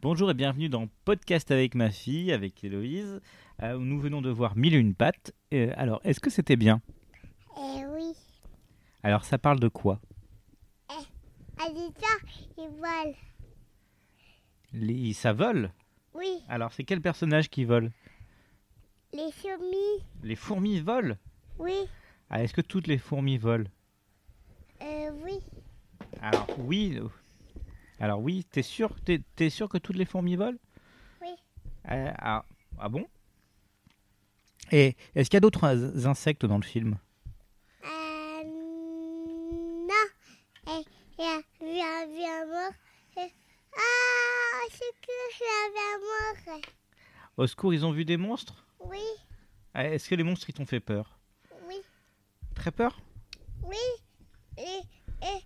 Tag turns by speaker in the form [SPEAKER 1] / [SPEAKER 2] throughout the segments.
[SPEAKER 1] Bonjour et bienvenue dans Podcast avec ma fille, avec Héloïse. Euh, nous venons de voir Mille et une pattes. Euh, alors, est-ce que c'était bien
[SPEAKER 2] Eh oui.
[SPEAKER 1] Alors, ça parle de quoi
[SPEAKER 2] Allez, Ah, ça, ils volent.
[SPEAKER 1] Les... Ça vole
[SPEAKER 2] Oui,
[SPEAKER 1] Alors, c'est quel personnage qui vole
[SPEAKER 2] les chemises.
[SPEAKER 1] Les fourmis volent
[SPEAKER 2] Oui,
[SPEAKER 1] ah, Est-ce que toutes les fourmis volent
[SPEAKER 2] euh, oui.
[SPEAKER 1] Alors, oui. euh, Alors, oui, t'es sûr, t'es, t'es sûr que toutes les fourmis volent
[SPEAKER 2] Oui.
[SPEAKER 1] Euh, ah, ah bon Et est-ce qu'il y a d'autres euh, insectes dans le film
[SPEAKER 2] Euh, non. Et il y avait un bien mort. Et- Ah, c'est que j'avais un mort.
[SPEAKER 1] Au secours, ils ont vu des monstres
[SPEAKER 2] Oui,
[SPEAKER 1] Ah, Est-ce que les monstres, ils t'ont fait peur
[SPEAKER 2] oui,
[SPEAKER 1] Très peur
[SPEAKER 2] oui. Et, et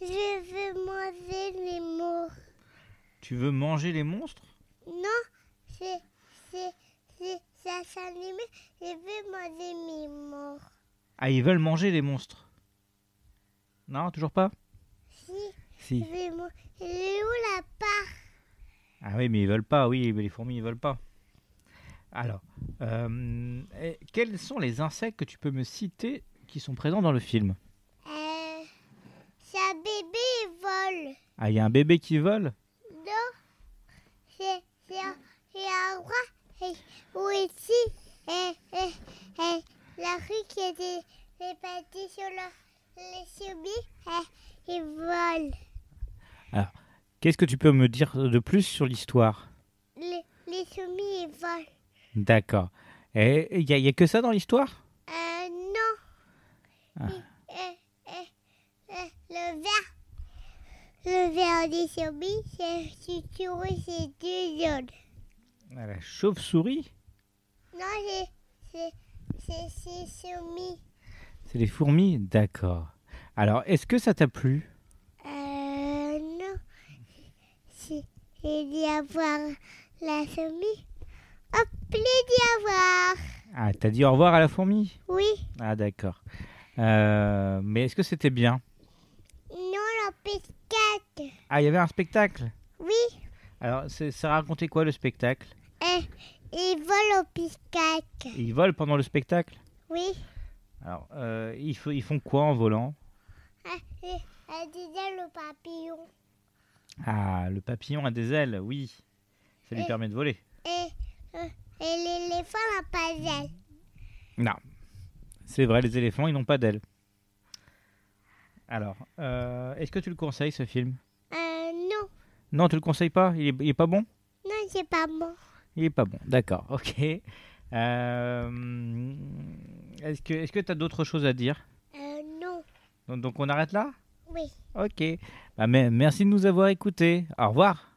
[SPEAKER 2] je veux manger les morts.
[SPEAKER 1] Tu veux manger les monstres
[SPEAKER 2] Non, c'est, c'est, c'est, ça s'anime. Je veux manger mes morts.
[SPEAKER 1] Ah, ils veulent manger les monstres Non, toujours pas
[SPEAKER 2] Si.
[SPEAKER 1] Si.
[SPEAKER 2] Je vais mo- Elle est où la part
[SPEAKER 1] Ah oui, mais ils veulent pas, oui, mais les fourmis, ils veulent pas. Alors, euh, eh, quels sont les insectes que tu peux me citer qui sont présents dans le film
[SPEAKER 2] euh, C'est un bébé, il vole.
[SPEAKER 1] Ah, il y a un bébé qui vole
[SPEAKER 2] Non C'est c'est un, c'est un roi. Et, ou ici, et, et, et, la rue qui est des- répartie sur le, les chemins, et, il vole.
[SPEAKER 1] Qu'est-ce que tu peux me dire de plus sur l'histoire
[SPEAKER 2] Les, les chemins, ils volent.
[SPEAKER 1] D'accord. Et il n'y a, y a que ça dans l'histoire
[SPEAKER 2] Euh, non.
[SPEAKER 1] Ah.
[SPEAKER 2] Et- et- et- et le vert. Le vert des chemins, c'est structuré, c'est deux zones.
[SPEAKER 1] Ah, La chauve-souris
[SPEAKER 2] Non, c'est- c'est c'est c'est soumis.
[SPEAKER 1] C'est les fourmis D'accord. Alors, est-ce que ça t'a plu
[SPEAKER 2] Euh, non. C'est il y avoir la soumis. Hop, il y avoir.
[SPEAKER 1] Ah, t'as dit au revoir à la fourmi
[SPEAKER 2] Oui.
[SPEAKER 1] Ah, d'accord. Euh, mais est-ce que c'était bien
[SPEAKER 2] Non, la pesquette.
[SPEAKER 1] Ah, il y avait un spectacle
[SPEAKER 2] Oui.
[SPEAKER 1] Alors, c'est- ça racontait quoi le spectacle
[SPEAKER 2] Et il vole au piscate.
[SPEAKER 1] Ils volent pendant le spectacle
[SPEAKER 2] Oui.
[SPEAKER 1] Alors, euh, ils, f- ils font quoi en volant
[SPEAKER 2] Ah, et- Elle disait le papillon.
[SPEAKER 1] Ah, le papillon a des ailes, oui. Ça lui
[SPEAKER 2] Eh.
[SPEAKER 1] permet de voler.
[SPEAKER 2] Et, euh, et l'éléphant n'a pas d'ailes.
[SPEAKER 1] Non. C'est vrai, les éléphants, ils n'ont pas d'ailes. Alors, euh, est-ce que tu le conseilles, ce film
[SPEAKER 2] Euh, non.
[SPEAKER 1] Non, tu le conseilles pas Il est, il est pas bon
[SPEAKER 2] Non, c'est pas bon.
[SPEAKER 1] Il est pas bon, d'accord, ok. Euh, est-ce que tu as d'autres choses à dire
[SPEAKER 2] Euh, non.
[SPEAKER 1] donc, donc on arrête là
[SPEAKER 2] Oui.
[SPEAKER 1] Ok. Bah, mais- merci de nous avoir écoutés. Au revoir.